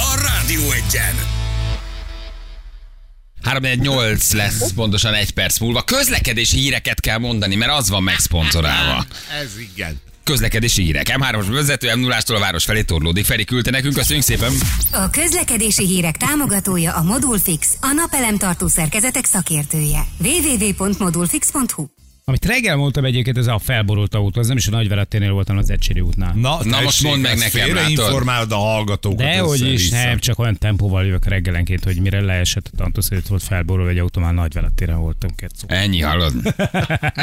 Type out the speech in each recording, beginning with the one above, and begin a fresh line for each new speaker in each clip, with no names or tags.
Rádió egyen.
348 lesz pontosan egy perc múlva. Közlekedési híreket kell mondani, mert az van megszponzorálva.
Ez igen.
Közlekedési hírek. M3-os vezető m 0 a város felé torlódik. Feri küldte nekünk, köszönjük szépen.
A közlekedési hírek támogatója a Modulfix, a napelemtartó szerkezetek szakértője. www.modulfix.hu
Amit reggel mondtam egyébként, ez a felborult autó, az nem is a Nagyveretténél voltam az Ecseri útnál.
Na,
Na, most mondd meg
ezt
nekem,
Félre
látod?
informálod a hallgatókat.
De hogy
össze-
is,
vissza.
nem, csak olyan tempóval jövök reggelenként, hogy mire leesett a tantusz, előtt volt felborulva egy autó, már Nagyverettéren voltam kettő.
Ennyi, hallod?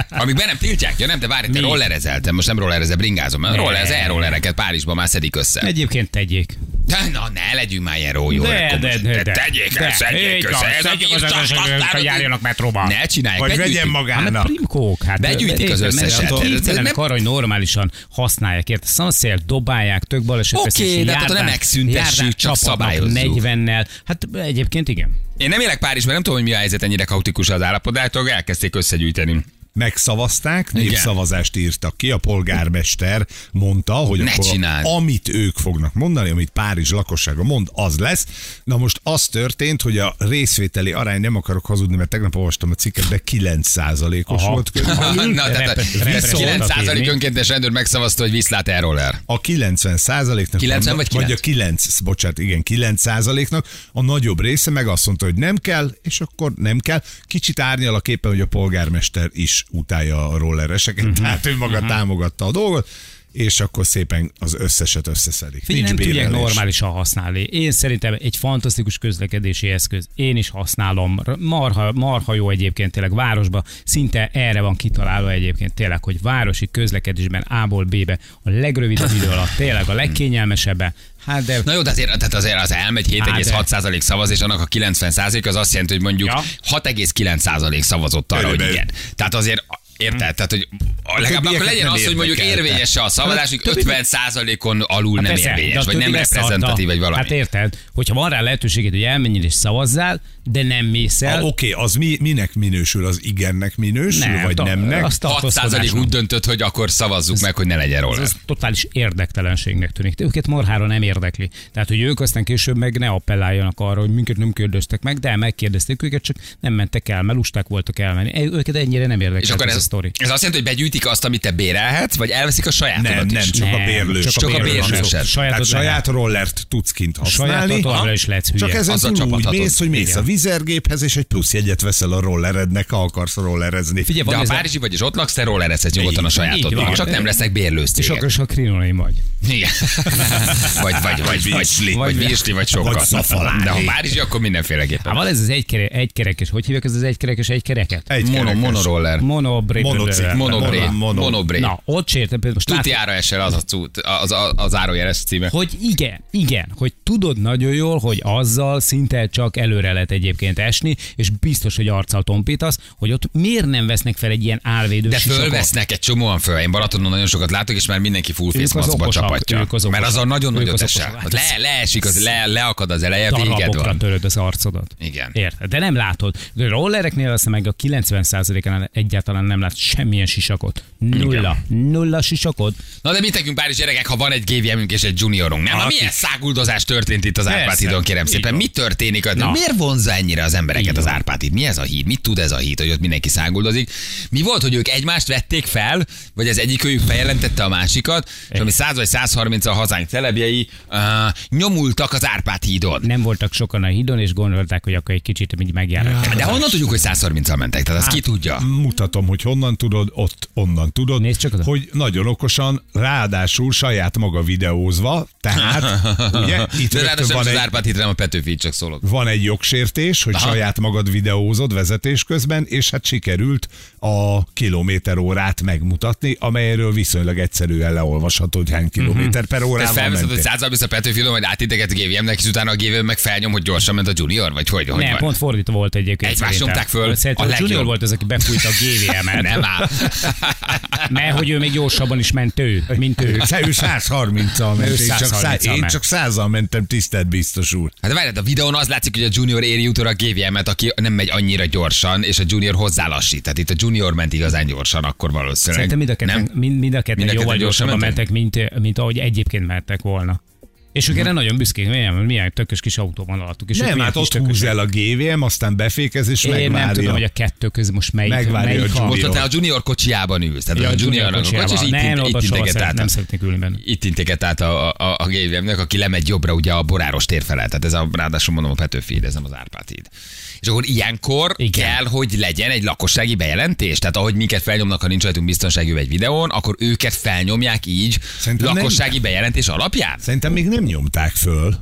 Amíg be nem tiltják, ja nem, de várj, te
Mi?
rollerezeltem, most nem rollerezem, bringázom,
Ne.
rollerez, elrollereket Párizsban már szedik össze.
Egyébként tegyék.
De, na ne legyünk már ilyen rójó.
De, de, de, de.
Tegyék
De.
el, szedjék
Így van,
össze. ez
szedjék
egy
az
Isten
ötösök,
határozat.
hogy járjanak metróba.
Ne csinálják,
Vagy
begyűjtjük.
vegyen
Hát
magának.
primkók, hát
Begyűjtik az összeset.
Kénytelenek
Nem-
arra, hogy normálisan használják, érte? Szanszél dobálják, tök baleset
Oké,
veszélyes,
de hát
járdán-
nem megszüntessük,
járdán
csak
csapadnak
szabályozzuk.
40-nel. Hát egyébként igen.
Én nem élek Párizsban, nem tudom, hogy mi a helyzet, ennyire kaotikus az állapot, de hát elkezdték összegyűjteni.
Megszavazták, népszavazást írtak ki, a polgármester mondta, hogy
Ne
akkor
csináld.
amit ők fognak mondani, amit Párizs lakossága mond, az lesz. Na most az történt, hogy a részvételi arány, nem akarok hazudni, mert tegnap olvastam a cikket, de 9%-os
Aha.
volt.
Na, tehát
Repre-
a- ez
reprezentatív,
9%
mi?
önkéntes rendőr megszavazta, hogy viszlát elroller.
A 90 százaléknak.
90 vagy 9?
Vagy a 9, bocsánat, igen, 9 százaléknak. A nagyobb része meg azt mondta, hogy nem kell, és akkor nem kell. Kicsit árnyal a képen, hogy a polgármester is utálja a rollereseket,
Mhm.
uh-huh. tehát ő maga uh-huh. támogatta a dolgot, és akkor szépen az összeset összeszedik.
Figyelj, nem tudják
bérlelés.
normálisan használni. Én szerintem egy fantasztikus közlekedési eszköz. Én is használom. Marha, marha jó egyébként tényleg városba. Szinte erre van kitalálva egyébként tényleg, hogy városi közlekedésben A-ból B-be a legrövidebb idő alatt, tényleg a legkényelmesebben. Hát de...
Na jó, de azért, tehát azért az elmegy 7,6% szavaz, és annak a 90% az azt jelenti, hogy mondjuk
Ja.
6,9% szavazott arra, hogy
Körülbelül.
igen. Tehát azért Érted? Tehát, hogy legalább akkor
többieket
legyen
nem
az, hogy mondjuk
érdekelte.
érvényes a
Hát
szavazás, hogy 50%-on alul nem
Persze, de
érvényes,
a
vagy nem
többi lesz
reprezentatív,
szarta.
vagy valami.
Hát érted, hogyha van rá lehetőséged, hogy elmenjél és szavazzál, de nem mész
Ah,
el,
Oké, okay, az mi, minek minősül? Az igennek minősül, nem, vagy
ta-
nemnek?
az
6%
tartózkodásnak.
úgy döntött, hogy akkor szavazzuk meg, hogy ne legyen
Ez,
róla.
ez totális érdektelenségnek tűnik. De Őket marhára nem érdekli. Tehát, hogy ők aztán később meg ne appelláljanak arra, hogy minket nem kérdeztek meg, de megkérdezték őket, csak nem mentek el, mert lusták voltak elmenni. E- Őket ennyire nem érdekel
És akkor
ez a
ez,
sztori.
ez azt jelenti, hogy begyűjtik azt, amit te bérelhetsz, vagy elveszik a sajátodat
Nem,
is.
nem, csak a
Nem,
bérlős.
csak a
Csak a
bérlős.
bérlős.
Sajátot
Tehát
lehet.
saját rollert tudsz kint használni.
Sajátot továbbra
Aha.
is lehetsz hülye.
Csak ezen
Azzal
túl úgy
csapathatod.
mész, hogy mész
Igen.
a vizergéphez, és egy plusz jegyet veszel a rollerednek, ha akarsz rollerezni.
Figyelj,
De
van
ha
ez a-
Párizsi vagy, és ott laksz, te rollerezhetsz nyugodtan a
Így
sajátodban.
van.
Csak nem lesznek bérlős
és
cégek.
akkor is a krinolin vagy. Hát,
Igen. Vagy, vagy, vagy, vagy,
virsli.
vagy
Vagy-
virsli, vagy sokkal.
vagy szafaládi.
De ha Párizsi, akkor
Hát
mindenféleképpen.
van ez az egykere, egykerekes, hogy hívják ez az egykerekes egykereket?
Egy
Mono,
kerekes.
monoroller.
Monobréd.
Monocikl.
Monobré.
Mono-
Monobré.
Na, ott sértem, például most látod-
Tudjára esel az a cut, az, az, az árójeles címe.
Hogy igen, igen, hogy tudod nagyon jól, hogy azzal szinte csak előre lehet egyébként esni, és biztos, hogy arccal tompítasz, hogy ott miért nem vesznek fel egy ilyen álvédő
De
sisakot?
fölvesznek egy csomóan föl. Én Balatonon nagyon sokat látok, és már mindenki full
Ők
face
az
maszkba
okosak,
csapatja.
ők az okosak.
Mert azon nagyon
Ők
nagyot
az
esel.
okosak.
Ott Le, leesik, az, le, leakad az eleje, véged
Darabokra
hát van.
töröd az arcodat.
Igen.
Érted? De nem látod. De rollereknél azt meg a 90%-án egyáltalán nem lát semmilyen sisakot. Nulla. Nulla sisakot.
Na de mit tekünk Párizs gyerekek, ha van egy GVM-ünk és egy juniorunk, nem? Na,
Aki-
milyen száguldozás történt itt az
Persze.
Árpád hídon, kérem
Így
szépen?
van.
Mi történik? Na.
Na.
Miért vonzza ennyire az embereket
Így
az
van.
Árpád híd? Mi ez a híd? Mit tud ez a híd, hogy ott mindenki száguldozik? Mi volt, hogy ők egymást vették fel, vagy az egyik őjük bejelentette a másikat, és ami 100 vagy 130 a hazánk celebjei uh, nyomultak az Árpád hídon.
Nem voltak sokan a hídon, és gondolták, hogy akkor egy kicsit így megjárnak.
De honnan tudjuk, hogy 130-al mentek? Tehát azt ki tudja?
Mutatom, hogy honnan tudod, ott onnan tudod,
Nézd csak oda.
hogy nagyon okosan, ráadásul saját maga videózva, tehát ugye, itt
De
rögtön
ráadásul
van
nem az
egy,
Árpád hídra, hanem a Petőfi csak szólok.
van egy jogsértés, hogy
Aha.
saját magad videózod vezetés közben, és hát sikerült a kilométerórát megmutatni, amelyről viszonylag egyszerűen leolvasható, hogy hány
Mhm.
kilométer per
Tehát
órával
felveszed, hogy
mentél.
százal a Petőfilon, majd átideget a GVM-nek, és utána a GVM meg felnyom, hogy gyorsan ment a Junior, vagy hogy, hogy
nem,
van?
pont fordítva volt egyébként.
Egymást
szerintem.
nyomták föl.
Szerintem
A
a,
legjobb.
Junior volt az, aki befújta a GVM-et.
Nem áll.
Mert hogy ő még gyorsabban is ment ő, mint ő.
Ő 130-al ment,
Ő
én csak,
130-al
szá- én
ment.
csak 100-al mentem, tisztelt biztos úr.
Hát várjad, a videón az látszik, hogy a Junior éri utol a GVM-et, aki nem megy annyira gyorsan, és a Junior hozzálassít. Tehát itt a Junior ment igazán gyorsan, akkor valószínűleg.
Szerintem mind a ketten,
nem?
mind, mind a ketten
Mind a
jóval
ketten gyorsan
gyorsabban
mentek?
mentek, mint, mint ahogy egyébként mentek volna. És ők erre nagyon büszkék, milyen, milyen tökös kis autó van alattuk. És ők
Nem,
milyen
hát
kis
ott
tökösök.
húz el a GVM, aztán befékez és
Én
megvárja.
nem tudom, hogy a kettő közül most melyik,
Megvárja
melyik
a
a
Junior.
Ott ott a junior kocsiában ülsz. Tehát
Ja,
a junior kocsi, és
kocsiával.
itt,
nem,
itt,
oda
itt
soha
integet
szeret-
át.
nem szeretnék ülni benne.
Itt integet át a, a, a, a GVM-nek, aki lemegy jobbra ugye a boráros tér felé. Tehát ez a, ráadásul mondom a Petőfi híd, ez nem az Árpád híd. És akkor ilyenkor
Igen.
Igen. kell, hogy legyen egy lakossági bejelentés. Tehát ahogy minket felnyomnak, ha nincs rajtunk biztonsági egy videón, akkor őket felnyomják így
Szerintem nem.
lakossági bejelentés alapján.
Szerintem még nem nyomták föl.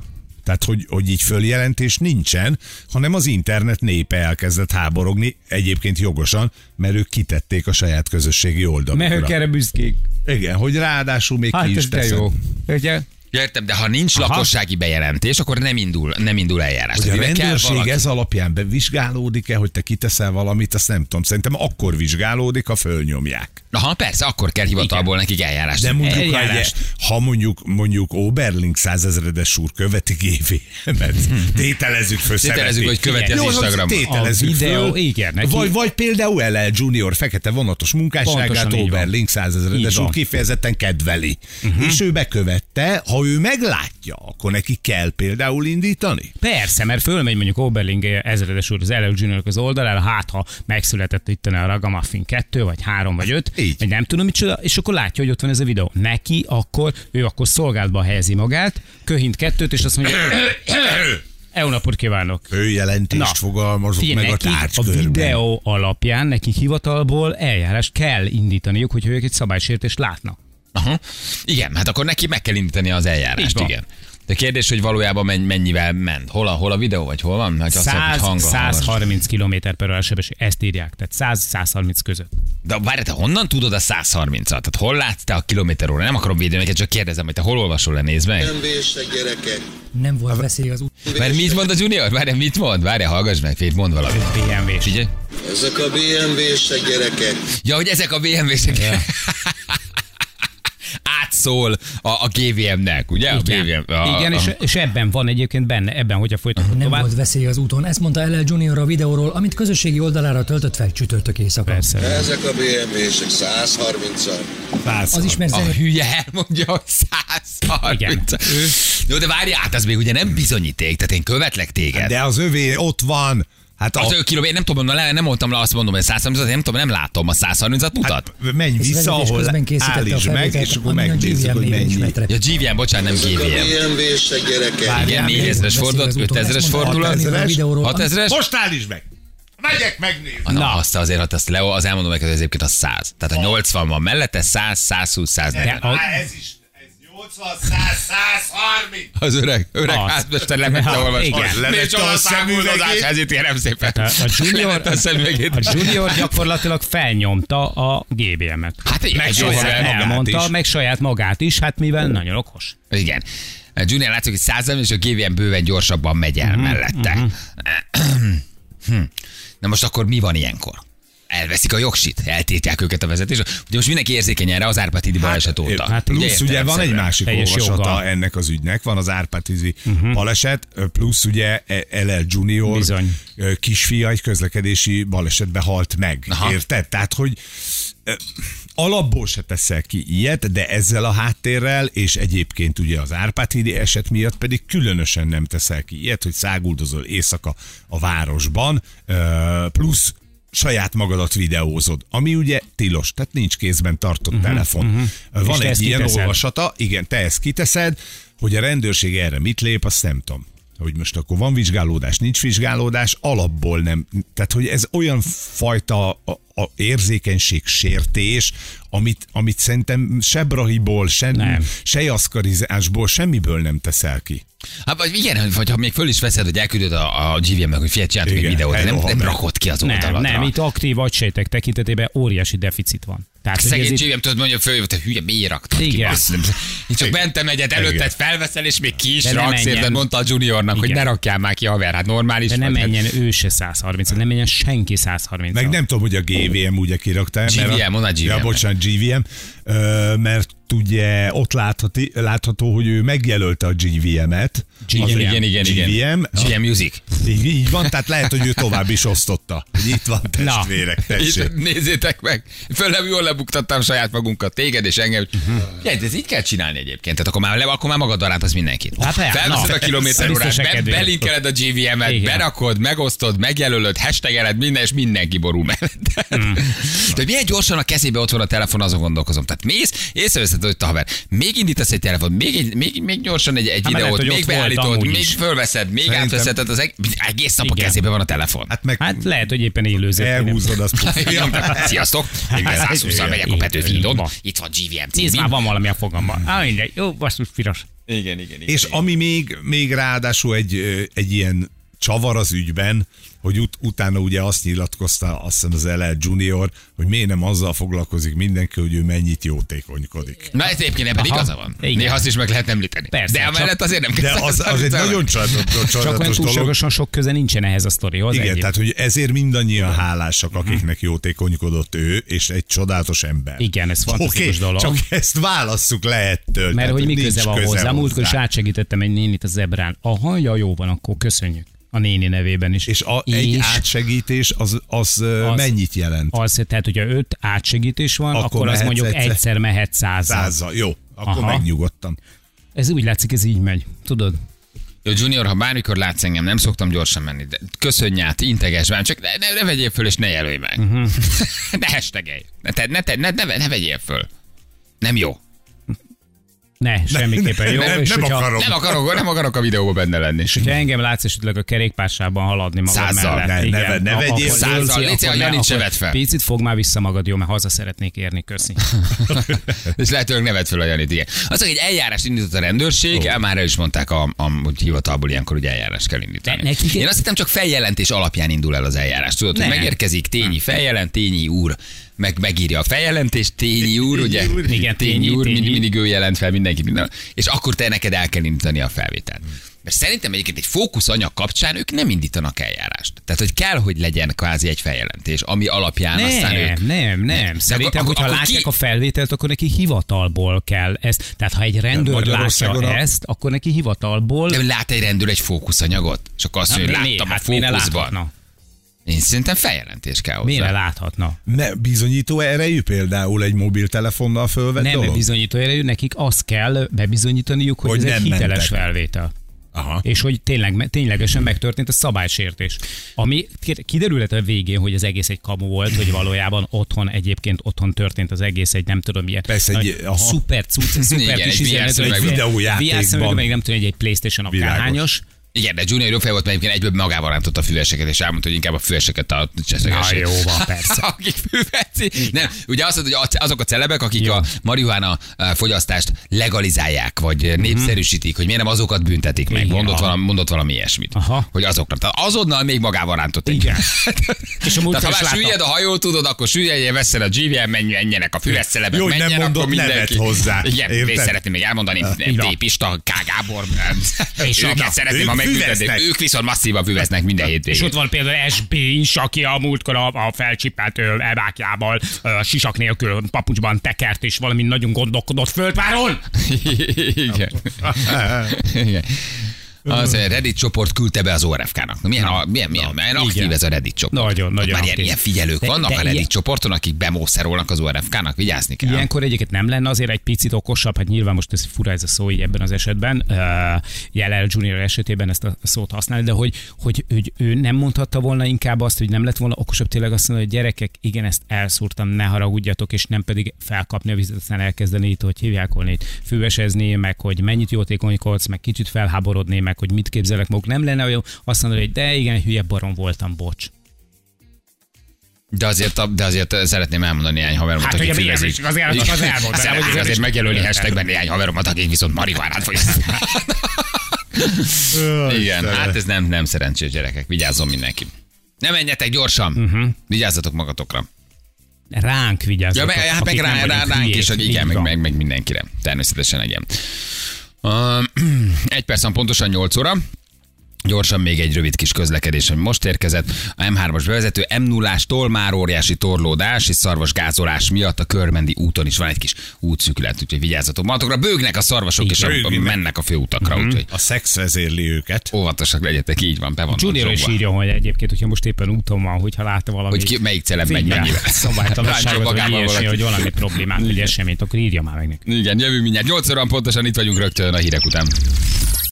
Tehát, hogy, hogy így följelentés nincsen, hanem az internet népe elkezdett háborogni, egyébként jogosan, mert ők kitették a saját közösségi oldalukra.
Mert ők erre büszkék.
Igen, hogy ráadásul még
Hát
ki
ez
is
de
teszed.
jó. Ugye?
Ja, értem, de ha nincs Aha. lakossági bejelentés, akkor nem indul, nem indul eljárás.
Hogy a
ide kell
rendőrség
valaki-
ez alapján bevizsgálódik-e, hogy te kiteszel valamit, azt nem tudom. Szerintem akkor vizsgálódik, ha fölnyomják.
Aha, persze, akkor kell hivatalból nekik eljárást.
De
indítani.
mondjuk, ha, egy,
eljárást.
ha mondjuk, mondjuk Oberling százezredes úr követi GVM-et, tételezzük föl,
Tételezzük,
szereti.
hogy követi az
Jó,
Instagramon.
Tételezzük
A videó,
föl.
igen, neki-
Vagy, vagy például LL Junior fekete vonatos munkásságát
Pontosan így van.
Oberling százezredes
Így van. Mhm.
úr kifejezetten kedveli. És ő bekövette, ha ő meglátja, akkor neki kell például indítani.
Persze, mert fölmegy mondjuk Oberling ezredes úr az LL Junior az oldalára, hát ha megszületett itt a Ragamuffin 2, vagy 3, vagy 5,
Így.
vagy nem tudom micsoda, és akkor látja, hogy ott van ez a videó. Neki akkor, ő akkor szolgálatba helyezi magát, köhint kettőt, és azt mondja, jó napot kívánok!
Ő jelentést
Na,
fogalmazott
Figyelj,
meg a
nekik a
tárgykörben.
videó alapján nekik hivatalból eljárást kell indítaniuk, hogyha ők egy szabálysértést látnak.
Aha. Igen, hát akkor neki meg kell indítani az
Így
eljárást,
van.
igen. De kérdés, hogy valójában men- mennyivel ment? Hol a, hol a videó, vagy hol van? Hát azt mondja,
100,
hogy hangon hallgass.
130 km per órás sebesség, ezt írják, tehát 100-130 között.
De várj, te honnan tudod a 130-at? Tehát hol látsz te a kilométer óra? Nem akarom védeni neked, csak kérdezem, hogy te hol olvasol le, nézd meg.
Nem vések, gyerekek.
Nem volt veszély az út.
Mert mit mond a junior? Várj, mit mond? Várj, hallgass meg, Fét, mond valamit.
BMW-s.
Figyelj.
Ezek a BMW-sek, gyerekek.
Ja, hogy ezek a BMW-sek. Átszól a, a GVM-nek, ugye? A
Igen,
BVM a,
Igen
a,
és, és ebben van egyébként benne, ebben, hogyha folytatjuk
Nem
tovább.
volt veszély az úton, ezt mondta LL Junior a videóról, amit közösségi oldalára töltött fel csütörtök éjszaka.
Persze.
Ezek a BMW-sek 130-al.
Az ismert
A
Szóval, ah,
zene...
hülye elmondja, hogy 130.
Igen. Ő-
Jó, de várj, hát az még ugye nem bizonyíték, tehát én követlek téged. De
De az övé ott van. Hát
az
a-
ő kiló, én nem tudom, le, nem voltam le, azt mondom, hogy 130 nem tudom, nem látom, a 130-at mutat.
Hát, menj
És
vissza,
vezetés
ahol
közben készítette a
állítsd meg,
felvételt,
és akkor
amin a
megnézzük,
GVM
hogy
néven
mennyi.
ismertre.
Ja, GVM, bocsánat, nem
Ezek a
GVM.
BMW-sek, gyerekek.
Igen,
Várjál,
4000-es
beszélj az
fordulat, 5000-es
úton, ezt mondta
fordulat,
Artemidon a videóról,
6000-es.
Most állítsd meg! Megyek megnézni!
Ah, Na, azt azért, hát azt Leo, az elmondom neked, hogy ez egyébként a 100. Tehát a 80 van mellette, 100, 120, 140.
a-
Á, ez is, ez 80, 100, 130!
Az öreg, öreg
Az.
házmester lemette
Ja,
olvasni.
igen. Hát,
Levette
Nincs olyan
a
száguldozás,
szemüvegét.
ezért kérem szépen.
A, a, junior,
Levette a szemüvegét.
a junior gyakorlatilag felnyomta a GBM-et.
Hát igen,
Meg
egy
soha
olyan-
nem magát
Elmondta,
is.
meg saját magát is, hát mivel nagyon okos.
Igen. A Junior látszik, hogy 100 és a GVM bőven gyorsabban megy el
Mhm,
mellette. Hm. Na most akkor mi van ilyenkor? Elveszik a jogsit, eltiltják őket a vezetésre. Ugye most mindenki érzékeny erre az Árpád-hídi baleset óta.
Hát plusz ugye van egy
értelemszerűen.
másik
Teljes Mhm.
olvasata
joggal.
ennek az ügynek, van az Árpátizi uh-huh. baleset, plusz ugye LL Junior
Bizony.
ö, kisfia egy közlekedési balesetbe halt meg.
Aha.
Aha. Érted? Tehát, hogy ö, alapból se teszel ki ilyet, de ezzel a háttérrel, és egyébként ugye az Árpád hídi eset miatt pedig különösen nem teszel ki ilyet, hogy száguldozol éjszaka a városban, ö, plusz saját magadat videózod, ami ugye tilos, tehát nincs kézben tartott uh-huh, telefon. Uh-huh.
Mhm, És
Van
te
egy
ezt
ilyen
kiteszed.
olvasata, igen, te ezt kiteszed, hogy a rendőrség erre mit lép, azt nem tudom hogy most akkor van vizsgálódás, nincs vizsgálódás, alapból nem. Tehát, hogy ez olyan fajta a, a érzékenység sértés, amit, amit szerintem se brahiból, se,
Nem.
se jaszkarizásból, semmiből nem teszel ki.
Hát vagy igen, vagy ha még föl is veszed, hogy elküldöd a, a GVM-nek, hogy fiat, csináltunk egy
Igen,
videót, de nem,
elroham
nem
meg.
rakod ki az oldalatra.
Nem, nem, itt aktív agysejtek tekintetében óriási deficit van. Tehát, hogy ez
Szegény
itt-
GVM, tudod, mondja, följövő, hogy hülye, miért raktad ki?
Igen.
basszom? Én csak
Igen.
mentem egyet,
Igen.
előtted felveszel, és még ki is
De ne
raksz,
menjen.
érted, mondta a juniornak, hogy ne
Igen.
rakjál már ki haver, hát normális.
de ne
vagy, hát-
menjen ő se 130 nem menjen senki 130
Meg nem tudom, hogy a GVM ugye kirakta.
GVM,
mert a,
mondd a GVM.
Ja, bocsánat, GVM, ö, mert ott ugye, ott láthati, látható, hogy ő megjelölte a GVM-et.
Igen,
Az-
igen, igen, igen.
GVM.
GM Music.
Így, így van, tehát lehet, hogy ő tovább is osztotta. Hogy itt van testvérek, tessék.
Itt, nézzétek meg, föl jól lebuktattam saját magunkat, téged és engem. Uh-huh. Ja, ez így kell csinálni egyébként, tehát akkor már, le, akkor már magad alá az mindenkit.
Hát, hát,
Felveszed
na.
a kilométer órát,
Biztos a
be,
kedvéért.
belinkeled a GVM-et,
Igen.
berakod, megosztod, megjelölöd, hashtageled minden, és mindenki borul mellett.
Hmm.
Mm. Tehát milyen gyorsan a kezébe ott van a telefon, azon gondolkozom. Tehát mész, észreveszed, hogy ott a haver. Még indítasz egy telefon, még, egy, még, még gyorsan egy, egy
Hát, mert
videót,
lehet, hogy
még
ott volt
beállítod,
amúgy
még
is.
fölveszed, még
Szerintem-
átveszed, tehát az eg- egész nap a
Igen.
kezébe van a telefon.
Hát meg
Hát lehet, hogy éppen élőzött.
elhúzod azt.
Igen. Sziasztok! Én 120 megyek a Petőfi hídon. Itt van GVM
Nézd,
című.
már van valami a
Hmm.
fogamban. Á, mindegy. Jó, basszus, piros.
Igen, igen, igen.
És ami még, még ráadásul egy, ö, egy ilyen csavar az ügyben, hogy ut- utána ugye azt nyilatkozta azt hiszem az LL Junior, hogy miért nem azzal foglalkozik mindenki, hogy ő mennyit jótékonykodik.
Na ez egyébként ebben
Aha.
igaza van.
Igen.
Néha azt is meg lehet említeni.
Persze,
De amellett
csak-
azért nem kell.
De az, az egy
számítani.
nagyon családatos,
Csak olyan
családatos dolog.
túlságosan sok köze nincsen ehhez a sztorihoz.
Igen,
egyébként.
tehát hogy ezért mindannyian hálásak, akiknek jótékonykodott ő, és egy csodálatos ember.
Igen, ez fantasztikus
Oké,
dolog.
Csak ezt válasszuk lehettől.
Mert
tehát,
hogy mi
nincs
köze van hozzá. Múltkor is átsegítettem egy nénit a zebrán. Aha, ja, jó van, akkor köszönjük. A néni nevében is.
És a, egy átsegítés az, az, az
Az-
mennyit jelent?
az, tehát, hogyha öt átsegítés van,
Akkor
akkor, akkor az
mehetsz
mondjuk
egyszer.
egyszer, mehet százal.
Százzal. Jó, akkor
Aha.
megnyugodtam.
Ez úgy látszik, ez így megy. Tudod?
Jó, Junior, ha bármikor látsz engem, nem szoktam gyorsan menni, de köszönj át, integes már, csak ne, ne, ne vegyél föl, és ne jelölj meg.
Mhm.
ne hashtagelj. Ne, te, ne, te, ne, ne, ne vegyél föl. Nem jó.
Ne, semmiképpen jó.
nem,
és
nem
hogyha,
akarom.
Nem akarok, nem akarok a videóban benne lenni.
Ha engem látsz esetleg a kerékpársában haladni magad
Százzal,
mellett.
ne- ne
igen,
ve- ne
akkor-
vegyél.
akkor-
Százzal,
Lőci,
légy
akkor
szíves,
ne,
Jani,
akkor
se vedd fel.
Picit fog már vissza magad, jó, mert haza szeretnék érni, köszi.
És lehetőleg nevet fel a Janit, igen. Azt mondja, egy eljárást indított a rendőrség, oh. már el is mondták, a, a, hogy hivatalból ilyenkor ugye eljárást kell indítani.
Ne- nekik-
Én azt hittem, csak feljelentés alapján indul el az eljárás. Tudod, hogy
Nem.
megérkezik Tényi
Hm.
feljelent, Tényi úr, meg megírja a feljelentést, Tényi úr, ugye?
Tényi úr.
Igen,
Igen,
Tényi,
Tényi,
úr, mind,
Tényi.
mindig ő jelent fel mindenkit, minden. És akkor te neked el kell indítani a felvételt.
Hm.
Mert szerintem egyébként egy fókuszanyag kapcsán ők nem indítanak eljárást. Tehát, hogy kell, hogy legyen kvázi egy feljelentés, ami alapján aztán ők...
Nem, nem, nem.
akkor-
Szerintem,
akkor-
hogyha
akkor
látják
ki-
a felvételt, akkor neki hivatalból kell ezt. Tehát, ha egy rendőr látja
Magyarországon a-
ezt, akkor neki hivatalból...
De lát egy rendőr egy fókuszanyagot, és akkor azt
Hát
mondja, hogy
mi-
láttam
hát
a
mire
fókuszban.
láthatna?
Én szerintem feljelentés kell hozzá.
Mire láthatna?
Ne, bizonyító erejű például egy mobiltelefonnal fölvett
Nem,
dolog?
mert bizonyító erejű, nekik azt kell bebizonyítaniuk, hogy,
Hogy
ez
nem
egy hiteles
mentek.
felvétel.
Aha.
És hogy tényleg, ténylegesen megtörtént a szabálysértés. Ami kiderült a végén, hogy az egész egy kamu volt, hogy valójában otthon egyébként otthon történt az egész egy nem tudom milyen.
Persze, egy-
nagy
aha.
szuper cucc,
Igen,
szuper
egy
kis
VR
üzenet,
szövegben.
hogy-
Videójátékban.
VR szövegben, meg nem tudom, hogy egy Playstation
Világos.
akárhányos.
Igen, de Junior jó fej volt, mert egyébként egyből magával rántott a füleseket, és elmondta, hogy inkább a füleseket a cseszegessék.
Na, jó van, persze.
akik fülveci. Nem, ugye azt mondod, hogy az- azok a celebek, akik
Jó.
a marihuána eh, fogyasztást legalizálják, vagy mm-hmm. népszerűsítik, hogy miért nem azokat büntetik meg.
Mhm. Igen.
Mondott
Aha.
valami, mondott valami ilyesmit.
Aha.
Hogy azokra. Tehát azonnal még magával rántott egy.
Igen. És a múltkor
Tehát ha
is
már
láttam.
süllyed a hajó, tudod, akkor süllyedjen, vesszel a GVM, menj, menjenek a füles celebek,
Jó, hogy nem
menjen, akkor
mondott nevet
mindenki.
hozzá.
Igen,
Érted?
és szeretném még elmondani,
így van.
T. Pista, K. Gábor, és
És
őket
Anna.
szeretném,
Ők
ha megbüntetnék.
füvesznek.
Ők viszont masszívan füvesznek minden
És
hétvégén.
ott van például SB is, aki a múltkor a, a felcsipelt ö, ebákjával, ö, sisak nélkül papucsban tekert, és valami nagyon gondolkodott földváron.
Igen. Igen. Az eh, Reddit csoport küldte be az ORFK-nak. Na, milyen, a, milyen, milyen, milyen aktív
igen.
ez a Reddit csoport.
Nagyon,
Ott
nagyon
Már ilyen,
aktív.
ilyen figyelők
De-
vannak
de
a Reddit
ilyen-
csoporton, akik bemószerolnak az ORFK-nak, vigyázni kell.
Ilyenkor egyébként nem lenne azért egy picit okosabb, hát nyilván most ez fura ez a szó így ebben az esetben, uh, Jelel Junior esetében ezt a szót használni, de hogy, hogy, hogy ő nem mondhatta volna inkább azt, hogy nem lett volna okosabb tényleg azt mondani, hogy gyerekek, igen, ezt elszúrtam, ne haragudjatok, és nem pedig felkapni a vizet, aztán elkezdeni itt, hogy hívják volna itt, fűvesezni, meg hogy mennyit jótékonykodsz, meg kicsit felháborodni, meg hogy mit képzelek maguk. Nem lenne olyan azt mondani, hogy de igen, hülye barom voltam, bocs.
De azért, a- de azért szeretném elmondani néhány haveromat,
Hát,
akik
hogy a
füvezik.
BMX az elmondta, az elmondta.
Szeretnék
Hogy az
azért
is-
megjelölni hashtagben néhány haveromat, akik viszont marihuánát fogyasztanak. Igen, hát ez nem, nem szerencsés gyerekek. Vigyázzon mindenki. Ne menjetek gyorsan.
Mhm.
Uh-huh. Vigyázzatok magatokra.
Ránk
Ja,
vigyázzatok.
meg, hát meg
akik nem
rá, rá,
vagyunk
ránk is,
hülyék.
hogy
Így
igen, meg,
van.
meg, meg mindenkire. Természetesen igen. Um, egy perc van pontosan 8 óra. Gyorsan még egy rövid kis közlekedés, ami most érkezett. A M3-as bevezető m 0 ástól már óriási torlódás és szarvas gázolás miatt a körmendi úton is van egy kis útszükület, úgyhogy vigyázzatok magatokra. Bőgnek a szarvasok, és a,
Bőgnek.
mennek a főutakra,
Mhm.
úgyhogy
A szex vezérli őket.
óvatosak legyetek, így van, be van
Junior is
zsongva.
írja, hogy egyébként, hogyha most éppen úton van, hogyha látta valami...
Hogy ki, melyik celeb megy mennyivel.
Szabálytalanságot,
Ráncsa
vagy
magába
ilyesmi,
valaki.
hogy valami problémát, vagy eseményt, akkor írja már meg nekünk.
Igen, jövő mindjárt 8 óra pontosan, itt vagyunk rögtön a hírek után.